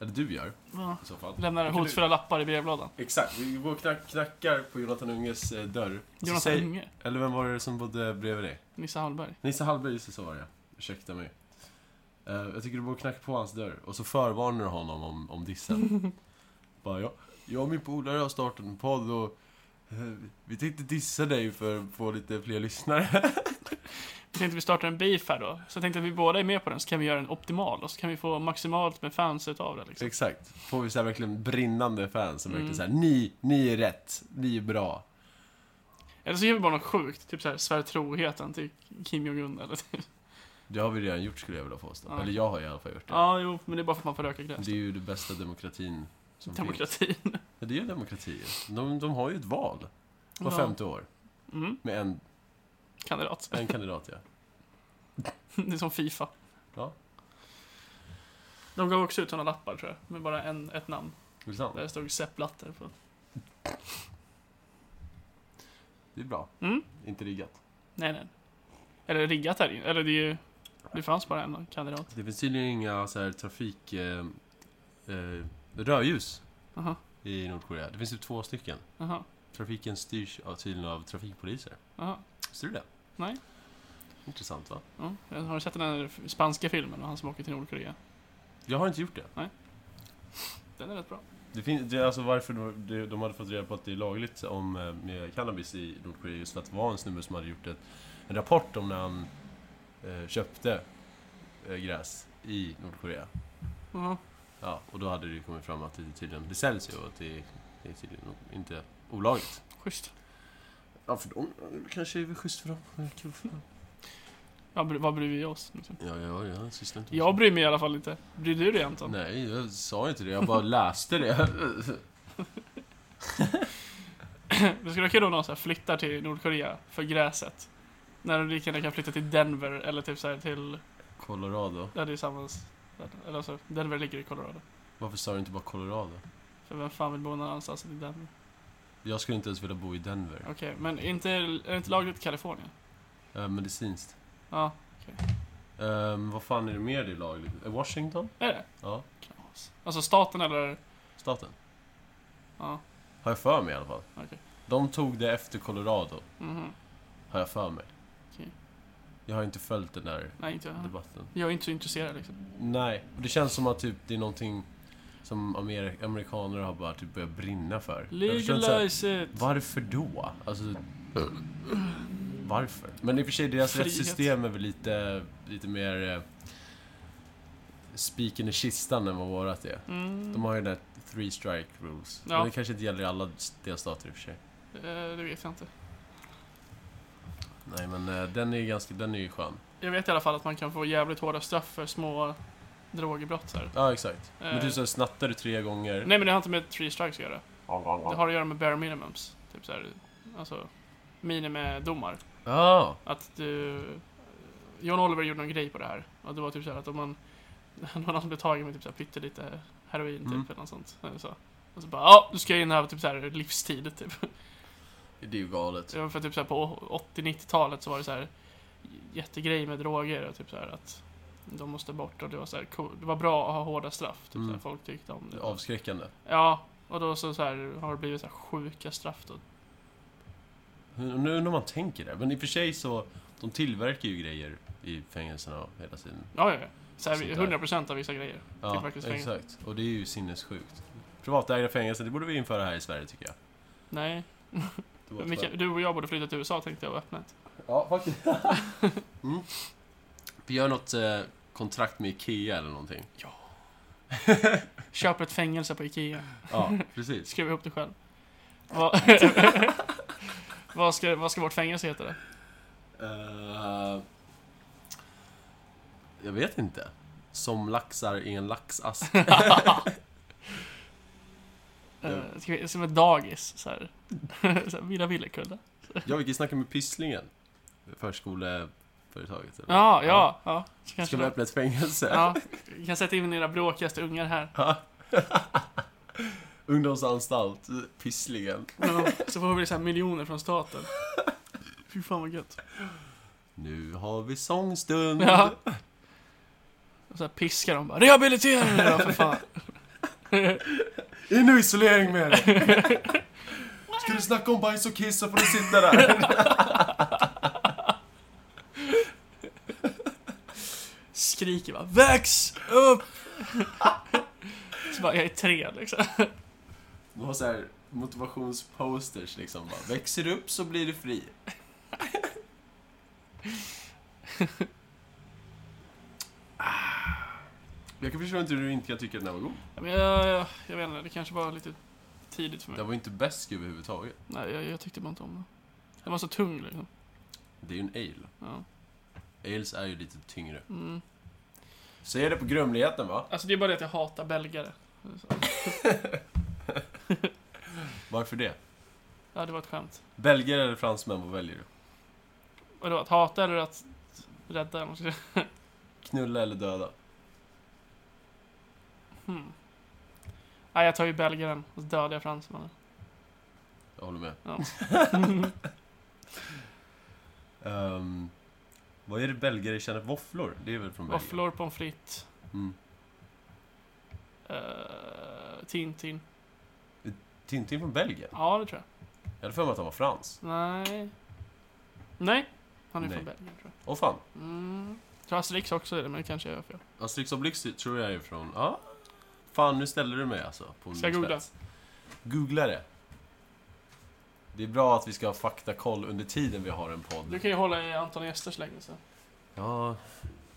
[SPEAKER 2] Eller du gör,
[SPEAKER 1] Ja.
[SPEAKER 2] i så fall.
[SPEAKER 1] Lämnar
[SPEAKER 2] Vilken
[SPEAKER 1] hotfulla lappar i brevlådan.
[SPEAKER 2] Exakt, vi går och knack, knackar på Jonathan Unges eh, dörr. Så
[SPEAKER 1] Jonathan
[SPEAKER 2] säg-
[SPEAKER 1] Unge,
[SPEAKER 2] Eller vem var det som bodde bredvid dig?
[SPEAKER 1] Nisse Hallberg.
[SPEAKER 2] Nisse Hallberg, just det, så var det ja. Ursäkta mig. Eh, jag tycker du borde knacka på hans dörr och så förvarnar du honom om, om dissen. Bara, jag, jag och min polare har startat en podd och eh, vi tänkte dissa dig för att få lite fler lyssnare.
[SPEAKER 1] Jag tänkte vi startar en beef här då. Så jag tänkte att vi båda är med på den, så kan vi göra en optimal och så kan vi få maximalt med fans utav det liksom.
[SPEAKER 2] Exakt. Får vi så här verkligen brinnande fans som
[SPEAKER 1] Mm.
[SPEAKER 2] verkligen så här, ni, ni är rätt, ni är bra.
[SPEAKER 1] Eller så ger vi bara något sjukt, typ såhär svär troheten till Kim Jong-Un eller typ.
[SPEAKER 2] Det har vi redan gjort skulle jag vilja påstå.
[SPEAKER 1] Ja.
[SPEAKER 2] Eller jag har i alla fall gjort det.
[SPEAKER 1] Ja, jo, men det är bara för att man får röka gräs.
[SPEAKER 2] Det är ju det bästa demokratin som finns.
[SPEAKER 1] Demokratin.
[SPEAKER 2] Ja, det är ju demokrati. De, de har ju ett val var
[SPEAKER 1] Ja.
[SPEAKER 2] femte år.
[SPEAKER 1] Mm,
[SPEAKER 2] Med en,
[SPEAKER 1] kandidat.
[SPEAKER 2] en kandidat, ja.
[SPEAKER 1] Det är som Fifa.
[SPEAKER 2] Ja.
[SPEAKER 1] De gav också ut såna lappar tror jag, med bara en, ett namn.
[SPEAKER 2] Det är sant.
[SPEAKER 1] Där det stod Sepp Blatter på.
[SPEAKER 2] Det är bra.
[SPEAKER 1] Mm.
[SPEAKER 2] Inte riggat.
[SPEAKER 1] Nej, nej. Eller riggat här inne. Eller det är ju... Det fanns bara en kandidat.
[SPEAKER 2] Det finns tydligen inga så här, trafik... Eh, eh, rödljus
[SPEAKER 1] Aha,
[SPEAKER 2] i Nordkorea. Det finns typ två stycken.
[SPEAKER 1] aha,
[SPEAKER 2] Trafiken styrs av, tydligen av trafikpoliser.
[SPEAKER 1] aha.
[SPEAKER 2] Visste du det?
[SPEAKER 1] Nej.
[SPEAKER 2] Intressant va?
[SPEAKER 1] Ja. Har du sett den här spanska filmen och han som åker till Nordkorea?
[SPEAKER 2] Jag har inte gjort det.
[SPEAKER 1] Den är rätt bra.
[SPEAKER 2] Det finns, det, är alltså varför de- det- de hade fått reda på att det är lagligt om, eh, med cannabis i Nordkorea just för att det var en snubbe som hade gjort ett, en rapport om när han eh, köpte eh, gräs i Nordkorea.
[SPEAKER 1] Jaha.
[SPEAKER 2] Ja, och då hade det ju kommit fram att det tydligen det säljs ju och att det, det är tydligen inte olagligt.
[SPEAKER 1] Schysst.
[SPEAKER 2] Ja, för dem. Kanske är det schysst för dem. Det är Kul för dem.
[SPEAKER 1] Vad, bry- vad bryr vi oss? Liksom?
[SPEAKER 2] Ja, ja, jag sysslar inte med
[SPEAKER 1] Jag
[SPEAKER 2] sånt.
[SPEAKER 1] bryr mig i alla fall inte. Bryr du dig Anton?
[SPEAKER 2] Nej, jag sa inte det. Jag bara läste det.
[SPEAKER 1] Det skulle vara kul om någon så här flyttar till Nordkorea för gräset. När de lika gärna kan flytta till Denver eller typ så här till...
[SPEAKER 2] Colorado.
[SPEAKER 1] Ja, det är samma... Eller alltså, Denver ligger i Colorado.
[SPEAKER 2] Varför sa du inte bara Colorado?
[SPEAKER 1] För vem fan vill bo någon annanstans än i Denver?
[SPEAKER 2] Jag skulle inte ens vilja bo i Denver.
[SPEAKER 1] Okej, men inte, är det inte lagligt i Kalifornien?
[SPEAKER 2] Eh, medicinskt.
[SPEAKER 1] Ja,
[SPEAKER 2] Ehm, vad fan är det mer det är lagligt? Eh, Washington?
[SPEAKER 1] är det?
[SPEAKER 2] Ja,
[SPEAKER 1] Knas. Alltså staten eller...
[SPEAKER 2] staten.
[SPEAKER 1] Ja,
[SPEAKER 2] Har jag för mig i alla fall.
[SPEAKER 1] Okej.
[SPEAKER 2] De tog det efter Colorado,
[SPEAKER 1] mhm.
[SPEAKER 2] har jag för mig.
[SPEAKER 1] Okej.
[SPEAKER 2] Jag har inte följt den här
[SPEAKER 1] Nej, inte jag.
[SPEAKER 2] debatten.
[SPEAKER 1] Jag är inte så intresserad liksom.
[SPEAKER 2] Nej, och det känns som att typ, det är någonting som amer- amerikaner har bara typ börjat brinna för. Jag förstår inte så här,
[SPEAKER 1] Legalize it!
[SPEAKER 2] varför då? Alltså, varför? Men i och för sig, deras
[SPEAKER 1] Frihet.
[SPEAKER 2] rättssystem är väl lite, lite mer eh, spiken i kistan än vad vårat är.
[SPEAKER 1] Mm,
[SPEAKER 2] De har ju den där three strike rules.
[SPEAKER 1] Ja.
[SPEAKER 2] Men det kanske inte gäller i alla delstater i och för sig.
[SPEAKER 1] eh, det vet jag inte.
[SPEAKER 2] Nej men eh, den är ju ganska, den är ju skön.
[SPEAKER 1] Jag vet i alla fall att man kan få jävligt hårda straff för små drogbrott så här.
[SPEAKER 2] Ja exakt. Men
[SPEAKER 1] Eh.
[SPEAKER 2] du så snattar du tre gånger.
[SPEAKER 1] Nej men det har inte med three strikes att göra. Det har att göra med bare minimums. Typ så här, alltså minimidomar.
[SPEAKER 2] Ja,
[SPEAKER 1] Att du... John Oliver gjorde någon grej på det här. Och det var typ så här att om man... Det var någon som blev tagen med typ så här pyttelite heroin typ
[SPEAKER 2] Mm.
[SPEAKER 1] eller något sånt. Eller så. Och så bara ja, du ska in här typ så här livstid typ.
[SPEAKER 2] det är ju galet.
[SPEAKER 1] Det var för typ så här på 80-90-talet så var det så här jättegrej med droger och typ så här att de måste bort och det var så här cool. Det var bra att ha hårda straff. Typ
[SPEAKER 2] Mm.
[SPEAKER 1] så här, folk tyckte om
[SPEAKER 2] Det
[SPEAKER 1] det.
[SPEAKER 2] är avskräckande.
[SPEAKER 1] Ja, och då så, så här, har det blivit så här sjuka straff då.
[SPEAKER 2] Nu nu när man tänker det. Men i och för sig så, de tillverkar ju grejer i fängelserna hela tiden.
[SPEAKER 1] Ja, ja, ja. Så här,
[SPEAKER 2] Sånt där.
[SPEAKER 1] 100% av vissa grejer.
[SPEAKER 2] Ja,
[SPEAKER 1] Tillverkningsfängelse.
[SPEAKER 2] exakt. Och det är ju sinnessjukt. Privatägda fängelser, det borde vi införa här i Sverige tycker jag.
[SPEAKER 1] Nej,
[SPEAKER 2] Det var
[SPEAKER 1] men Mikael, du och jag borde flytta till USA tänkte jag och öppna ett.
[SPEAKER 2] Ja, faktiskt. mm. Vi gör något eh, kontrakt med IKEA eller någonting.
[SPEAKER 1] Köp ett fängelse på Ikea.
[SPEAKER 2] Ja, precis.
[SPEAKER 1] Skriv ihop det själv. Vad, vad, ska, vad ska vårt fängelse heta då?
[SPEAKER 2] Eh, jag vet inte. Som laxar i en laxask.
[SPEAKER 1] Eh, ska vi, som ett dagis, så här. så här Villa Villekulla.
[SPEAKER 2] ja, vi kan snacka med Pysslingen. Förskoleföretaget. eller?
[SPEAKER 1] Ja, ja, ja. Så
[SPEAKER 2] Ska
[SPEAKER 1] kanske
[SPEAKER 2] vi
[SPEAKER 1] då.
[SPEAKER 2] öppna ett fängelse?
[SPEAKER 1] Ja, vi kan sätta in era bråkigaste ungar här.
[SPEAKER 2] Ungdomsanstalt, Pysslingen.
[SPEAKER 1] Ja, Så får vi så här miljoner från staten. Fy fan vad gött.
[SPEAKER 2] Nu har vi sångstund.
[SPEAKER 1] Ja. Och så här piskar de bara Rehabilitera dig då för fan.
[SPEAKER 2] In och isolering med dig! Ska du snacka om bajs och kiss så får du sitta där.
[SPEAKER 1] Skriker bara Väx upp! Så bara, jag är tre liksom.
[SPEAKER 2] De har så här motivationsposters liksom. Bara, Växer du upp så blir du fri. Jag kan förstå inte hur du inte kan tycka att den här var god.
[SPEAKER 1] Men jag, jag, jag vet inte, det kanske var lite tidigt för mig.
[SPEAKER 2] Den var ju inte bäsk överhuvudtaget.
[SPEAKER 1] Nej, jag, jag tyckte bara inte om det. Den var så tung liksom.
[SPEAKER 2] Det är ju en ale.
[SPEAKER 1] Ja.
[SPEAKER 2] Ales är ju lite tyngre.
[SPEAKER 1] Mm.
[SPEAKER 2] Säger det på grumligheten va?
[SPEAKER 1] Alltså det är bara det att jag hatar belgare. Så-
[SPEAKER 2] Varför det?
[SPEAKER 1] Ja, det var ett skämt.
[SPEAKER 2] Belgare eller fransmän, vad väljer du?
[SPEAKER 1] Vadå, att hata eller att rädda? eller vad ska jag säga?
[SPEAKER 2] Knulla eller döda?
[SPEAKER 1] Hmm. Nej, jag tar ju belgaren och så dödar jag fransmannen.
[SPEAKER 2] Jag håller med.
[SPEAKER 1] Ja.
[SPEAKER 2] Ehm, vad är det belgare känner? Våfflor? Det är väl från Belgien?
[SPEAKER 1] Våfflor, pommes frites,
[SPEAKER 2] Mm.
[SPEAKER 1] eh, Tintin.
[SPEAKER 2] Tintin från Belgien?
[SPEAKER 1] Ja, det tror jag.
[SPEAKER 2] Jag hade för mig att han var frans.
[SPEAKER 1] Nej. Nej, han är
[SPEAKER 2] Nej.
[SPEAKER 1] från Belgien tror
[SPEAKER 2] Åh fan.
[SPEAKER 1] jag. Mm. Jag tror Asterix också är det, men det kanske jag gör fel.
[SPEAKER 2] Asterix och Blix tror jag är från... Ja. Fan, nu ställer du mig alltså. På
[SPEAKER 1] Ska jag
[SPEAKER 2] min
[SPEAKER 1] googla?
[SPEAKER 2] spets. Googla det. Det är bra att vi ska ha faktakoll under tiden vi har en podd.
[SPEAKER 1] Du kan ju hålla i Anton Ester så länge så.
[SPEAKER 2] Ja,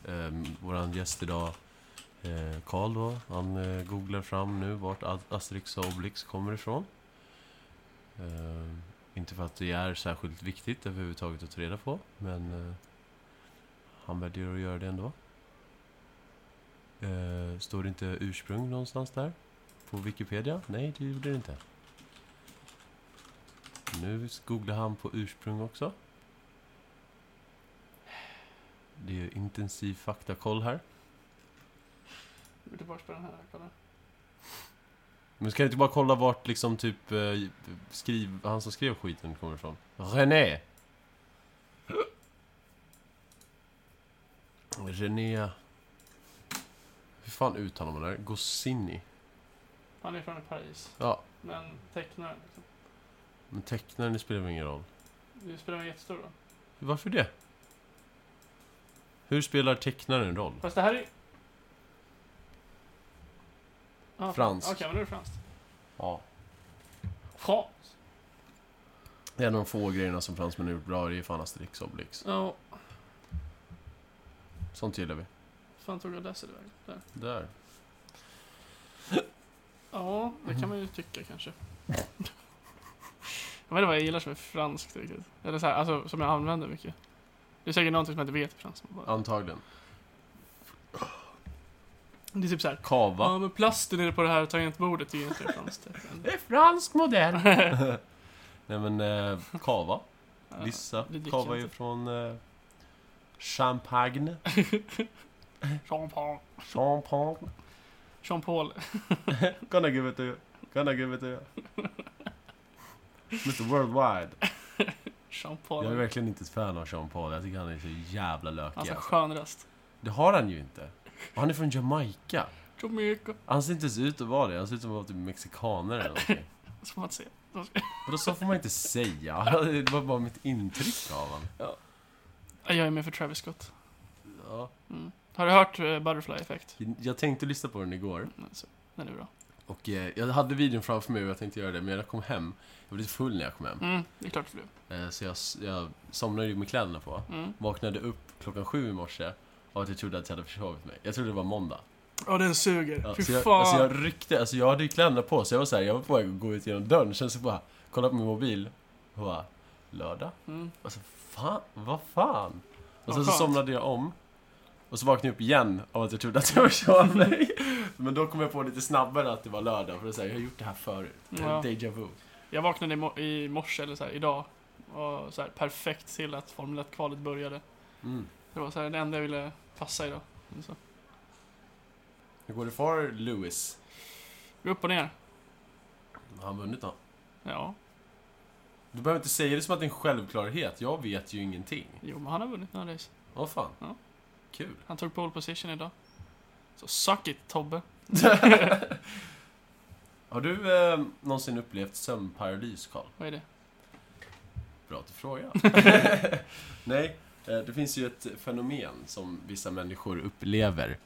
[SPEAKER 2] ehm, våran gäst idag, eh, Karl då, han eh, googlar fram nu vart A- Asterix och Obelix kommer ifrån. Ehm, inte för att det är särskilt viktigt överhuvudtaget att ta reda på, men eh, han väljer att göra det ändå. Eh, står det inte ursprung någonstans där? På Wikipedia? Nej, det gjorde det inte. Nu googlar han på ursprung också. Det är ju intensiv faktakoll här.
[SPEAKER 1] Vi är tillbaka på den här, kolla.
[SPEAKER 2] Men ska jag inte bara kolla vart liksom typ eh, skriv, han som skrev skiten kommer ifrån? René! René... Hur fan uttalar man det här? Goscinny?
[SPEAKER 1] Han är från Paris,
[SPEAKER 2] Ja,
[SPEAKER 1] men tecknaren liksom.
[SPEAKER 2] men tecknaren det spelar väl ingen roll?
[SPEAKER 1] Det spelar en jättestor roll.
[SPEAKER 2] Varför det? Hur spelar tecknaren roll?
[SPEAKER 1] Fast det här är ah,
[SPEAKER 2] Franskt.
[SPEAKER 1] Okej, men då är det franskt.
[SPEAKER 2] Ja.
[SPEAKER 1] Frans.
[SPEAKER 2] Det är en av de få grejerna som fransmännen har gjort bra, det är fan Asterix och Obelix.
[SPEAKER 1] Ja,
[SPEAKER 2] Sånt gillar vi.
[SPEAKER 1] fan tog jag läser det vägen? Där.
[SPEAKER 2] Där.
[SPEAKER 1] Ja, det kan
[SPEAKER 2] Mhm.
[SPEAKER 1] man ju tycka kanske. jag vet inte vad jag gillar som är franskt riktigt. Eller så här, alltså som jag använder mycket. Det är säkert någonting som jag inte vet i franskt. Bara.
[SPEAKER 2] Antagligen.
[SPEAKER 1] Det är typ så här.
[SPEAKER 2] Kava.
[SPEAKER 1] Ja, men plasten nere på det här tangentbordet är ju inte franskt.
[SPEAKER 2] Det är fransk modell! Nej men, eh, kava.
[SPEAKER 1] Ja,
[SPEAKER 2] Vissa
[SPEAKER 1] det dricker
[SPEAKER 2] kava
[SPEAKER 1] jag
[SPEAKER 2] är ju
[SPEAKER 1] inte.
[SPEAKER 2] från eh, Champagne.
[SPEAKER 1] Jean-Paul.
[SPEAKER 2] Champagne.
[SPEAKER 1] Jean-Paul.
[SPEAKER 2] Gonna give it to you. Gonna give it to you. Mr Worldwide. Jag är
[SPEAKER 1] Jean-Paul.
[SPEAKER 2] verkligen inte ett fan av Sean Paul. Jag tycker han är så jävla lökig.
[SPEAKER 1] Alltså
[SPEAKER 2] Alltså.
[SPEAKER 1] skön röst.
[SPEAKER 2] Det har han ju inte. Och han är från Jamaica.
[SPEAKER 1] Jamaica.
[SPEAKER 2] Han ser inte ens ut att vara det. Han ser ut som att vara typ mexikaner eller någonting.
[SPEAKER 1] Så får man inte se.
[SPEAKER 2] Och då så får man inte säga. Det var bara mitt intryck av honom.
[SPEAKER 1] Ja, Jag är med för Travis Scott.
[SPEAKER 2] Ja.
[SPEAKER 1] Mm. Har du hört eh, Butterfly Effect?
[SPEAKER 2] Jag tänkte lyssna på den igår.
[SPEAKER 1] Mm, så, Den är bra.
[SPEAKER 2] Och eh, jag hade videon framför mig och jag tänkte göra det, men jag kom hem. Jag blev lite full när jag kom hem.
[SPEAKER 1] Mm, det är klart det blev.
[SPEAKER 2] Eh, så jag, jag somnade ju med kläderna på.
[SPEAKER 1] Mm.
[SPEAKER 2] Vaknade upp klockan sju i morse av att jag trodde att jag hade försovit mig. Jag trodde det var måndag.
[SPEAKER 1] Ja, den suger.
[SPEAKER 2] Ja,
[SPEAKER 1] Fy
[SPEAKER 2] så jag,
[SPEAKER 1] fan.
[SPEAKER 2] alltså jag ryckte, alltså jag hade ju kläderna på så jag var så här, jag var på väg att gå ut genom dörren. Sen så bara, kollade på min mobil och bara, lördag?
[SPEAKER 1] Mm.
[SPEAKER 2] Och så fan, vad fan? Och
[SPEAKER 1] Vad
[SPEAKER 2] sen så
[SPEAKER 1] skönt.
[SPEAKER 2] somnade jag om. Och så vaknade jag upp igen av att jag trodde att jag var kör mig. Men då kom jag på lite snabbare att det var lördag. För det är så här, jag har gjort det här förut.
[SPEAKER 1] Ja.
[SPEAKER 2] Deja vu.
[SPEAKER 1] Jag vaknade i, mo- i morse, eller så här, idag, och så här, perfekt till att Formel 1-kvalet började.
[SPEAKER 2] Mm.
[SPEAKER 1] Det var så här, det enda jag ville passa idag. Så.
[SPEAKER 2] Hur går det för Lewis?
[SPEAKER 1] Gå upp och ner.
[SPEAKER 2] Har han vunnit då?
[SPEAKER 1] Ja,
[SPEAKER 2] Du behöver inte säga det som att det är en självklarhet. Jag vet ju ingenting.
[SPEAKER 1] jo men han har vunnit några race.
[SPEAKER 2] Vad fan.
[SPEAKER 1] Ja.
[SPEAKER 2] Kul.
[SPEAKER 1] Han tog pole position idag. Så suck it, Tobbe.
[SPEAKER 2] Har du eh, någonsin upplevt sömnparalys, Karl?
[SPEAKER 1] Vad är det?
[SPEAKER 2] Bra att du frågar. Nej, eh, det finns ju ett fenomen som vissa människor upplever.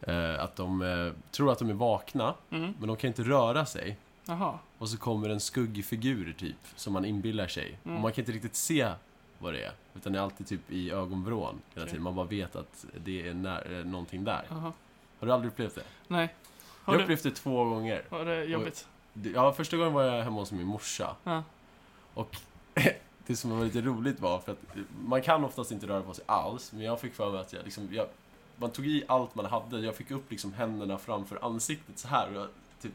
[SPEAKER 2] Eh, Att de eh, tror att de är vakna,
[SPEAKER 1] Mm.
[SPEAKER 2] men de kan inte röra sig.
[SPEAKER 1] Jaha.
[SPEAKER 2] Och så kommer en skuggfigur, typ, som man inbillar sig.
[SPEAKER 1] Mm.
[SPEAKER 2] Och man kan inte riktigt se vad det är, utan det är alltid typ i ögonvrån hela
[SPEAKER 1] Okej.
[SPEAKER 2] tiden. Man bara vet att det är när, eh, någonting där.
[SPEAKER 1] Jaha.
[SPEAKER 2] Har du aldrig upplevt det?
[SPEAKER 1] Nej.
[SPEAKER 2] Jag har
[SPEAKER 1] Har du,
[SPEAKER 2] upplevt det två gånger.
[SPEAKER 1] var det jobbigt?
[SPEAKER 2] Ja, första gången var jag hemma hos min morsa.
[SPEAKER 1] Ja.
[SPEAKER 2] Och det som var lite roligt var för att eh, man kan oftast inte röra på sig alls, men jag fick för mig att jag liksom, jag, man tog i allt man hade. Jag fick upp liksom händerna framför ansiktet så här och jag, typ,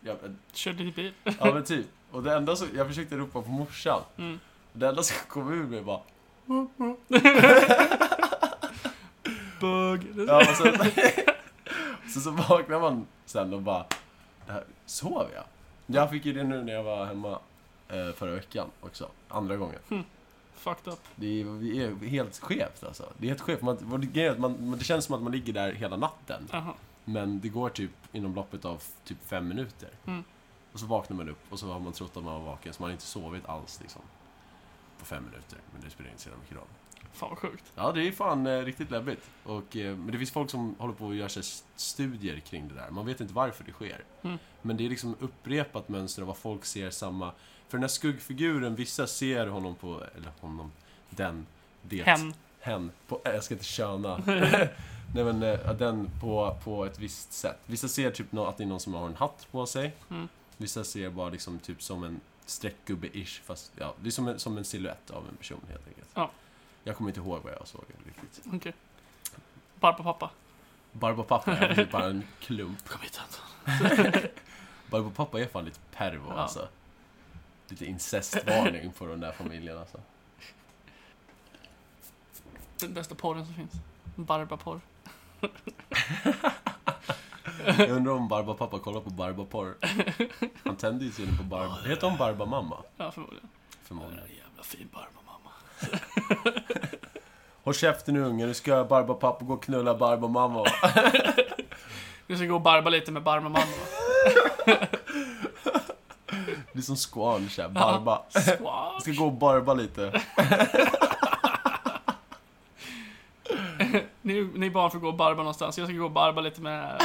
[SPEAKER 2] jag,
[SPEAKER 1] Körde lite bil.
[SPEAKER 2] ja men typ. Och det enda som, jag försökte ropa på morsan,
[SPEAKER 1] Mm.
[SPEAKER 2] och det enda som kom ur mig var
[SPEAKER 1] Bug.
[SPEAKER 2] Ja, och sen, så, så vaknar man sen och bara, det här, sov jag? Jag fick ju det nu när jag var hemma eh, förra veckan också, andra gången.
[SPEAKER 1] Fucked up.
[SPEAKER 2] Det är, det är helt skevt alltså. Det är helt skevt. Man, vad det, grejen är att man, man- det känns som att man ligger där hela natten,
[SPEAKER 1] Jaha.
[SPEAKER 2] men det går typ inom loppet av typ fem minuter.
[SPEAKER 1] Mm.
[SPEAKER 2] Och så vaknar man upp och så har man trott att man var vaken, så man har inte sovit alls liksom. På fem minuter, men det spelar inte så jävla mycket roll.
[SPEAKER 1] Fan vad sjukt.
[SPEAKER 2] Ja, det är fan eh, riktigt läbbigt. Och, eh, men det finns folk som håller på att göra sig s- studier kring det där. Man vet inte varför det sker.
[SPEAKER 1] Mm.
[SPEAKER 2] Men det är liksom upprepat mönster av vad folk ser samma... För den här skuggfiguren, vissa ser honom på... Eller honom. Den. Det.
[SPEAKER 1] Hen.
[SPEAKER 2] Hen. På, äh, jag ska inte köna. Nej men, eh, den på, på ett visst sätt. Vissa ser typ nå- att det är någon som har en hatt på sig.
[SPEAKER 1] Mm.
[SPEAKER 2] Vissa ser bara liksom typ som en streckgubbe-ish, fast ja, det är som en, som en silhuett av en person helt enkelt.
[SPEAKER 1] Ja.
[SPEAKER 2] Jag kommer inte ihåg vad jag såg riktigt.
[SPEAKER 1] Barba pappa.
[SPEAKER 2] Barbapapa är typ bara en klump.
[SPEAKER 1] Kom hit Anton.
[SPEAKER 2] Barbapapa är fan lite pervo
[SPEAKER 1] Ja.
[SPEAKER 2] alltså. Lite incestvarning på den där familjen alltså.
[SPEAKER 1] Den bästa porren som finns. Barbaporr.
[SPEAKER 2] Jag undrar om Barbapapa kollar på Barbaporr. Han tänder ju tydligen på Barba... Heter hon Barbamamma?
[SPEAKER 1] Ja, förmodligen.
[SPEAKER 2] Förmodligen.
[SPEAKER 1] jävla fin barba mamma.
[SPEAKER 2] Håll käften nu unge, nu ska Barbapapa gå och knulla Barbamamma.
[SPEAKER 1] Vi ska gå och barba lite med barba mamma.
[SPEAKER 2] Det är som squan såhär, Barba. Jag ska gå och barba lite.
[SPEAKER 1] Ni, ni barn får gå och barba någonstans. Jag ska gå och barba lite med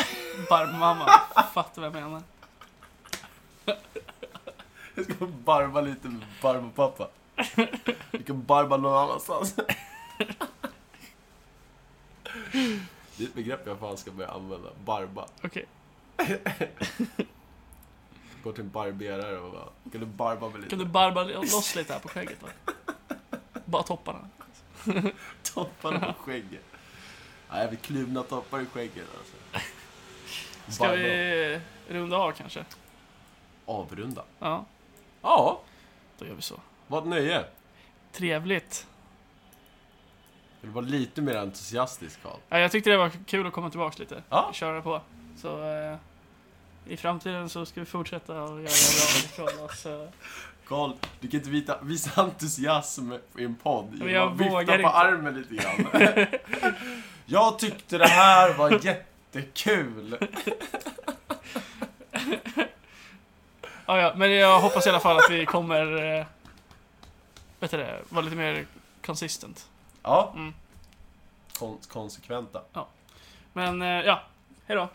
[SPEAKER 1] barba mamma. Fattar vad jag menar.
[SPEAKER 2] Jag ska barba lite med Barbapapa. Vi kan barba någon annanstans. Det är ett begrepp jag fan ska börja använda. Barba.
[SPEAKER 1] Okej.
[SPEAKER 2] Gå till en barberare och bara, kan du barba mig lite?
[SPEAKER 1] Kan du barba loss lite här på skägget va? Bara topparna.
[SPEAKER 2] topparna på skägget? Nej, vi kluvna toppar i skägget alltså.
[SPEAKER 1] Ska
[SPEAKER 2] Barba.
[SPEAKER 1] vi runda av kanske?
[SPEAKER 2] Avrunda.
[SPEAKER 1] Ja,
[SPEAKER 2] Ja,
[SPEAKER 1] då gör vi så.
[SPEAKER 2] vad ett nöje.
[SPEAKER 1] Trevligt.
[SPEAKER 2] Vill du vara lite mer entusiastisk, Karl?
[SPEAKER 1] Ja, jag tyckte det var kul att komma tillbaks lite.
[SPEAKER 2] Ja.
[SPEAKER 1] Köra på. Så eh, i framtiden så ska vi fortsätta och göra bra ifrån oss. eh.
[SPEAKER 2] Karl, du kan inte vita, visa entusiasm i en podd
[SPEAKER 1] Men
[SPEAKER 2] genom
[SPEAKER 1] jag
[SPEAKER 2] att vifta
[SPEAKER 1] vågar
[SPEAKER 2] på
[SPEAKER 1] inte.
[SPEAKER 2] armen lite grann. jag tyckte det här var jättekul.
[SPEAKER 1] Ja, ja, men jag hoppas i alla fall att vi kommer eh, vet du det, vara lite mer consistent.
[SPEAKER 2] Ja.
[SPEAKER 1] Mm.
[SPEAKER 2] Kon- konsekventa.
[SPEAKER 1] Men eh, ja, hejdå.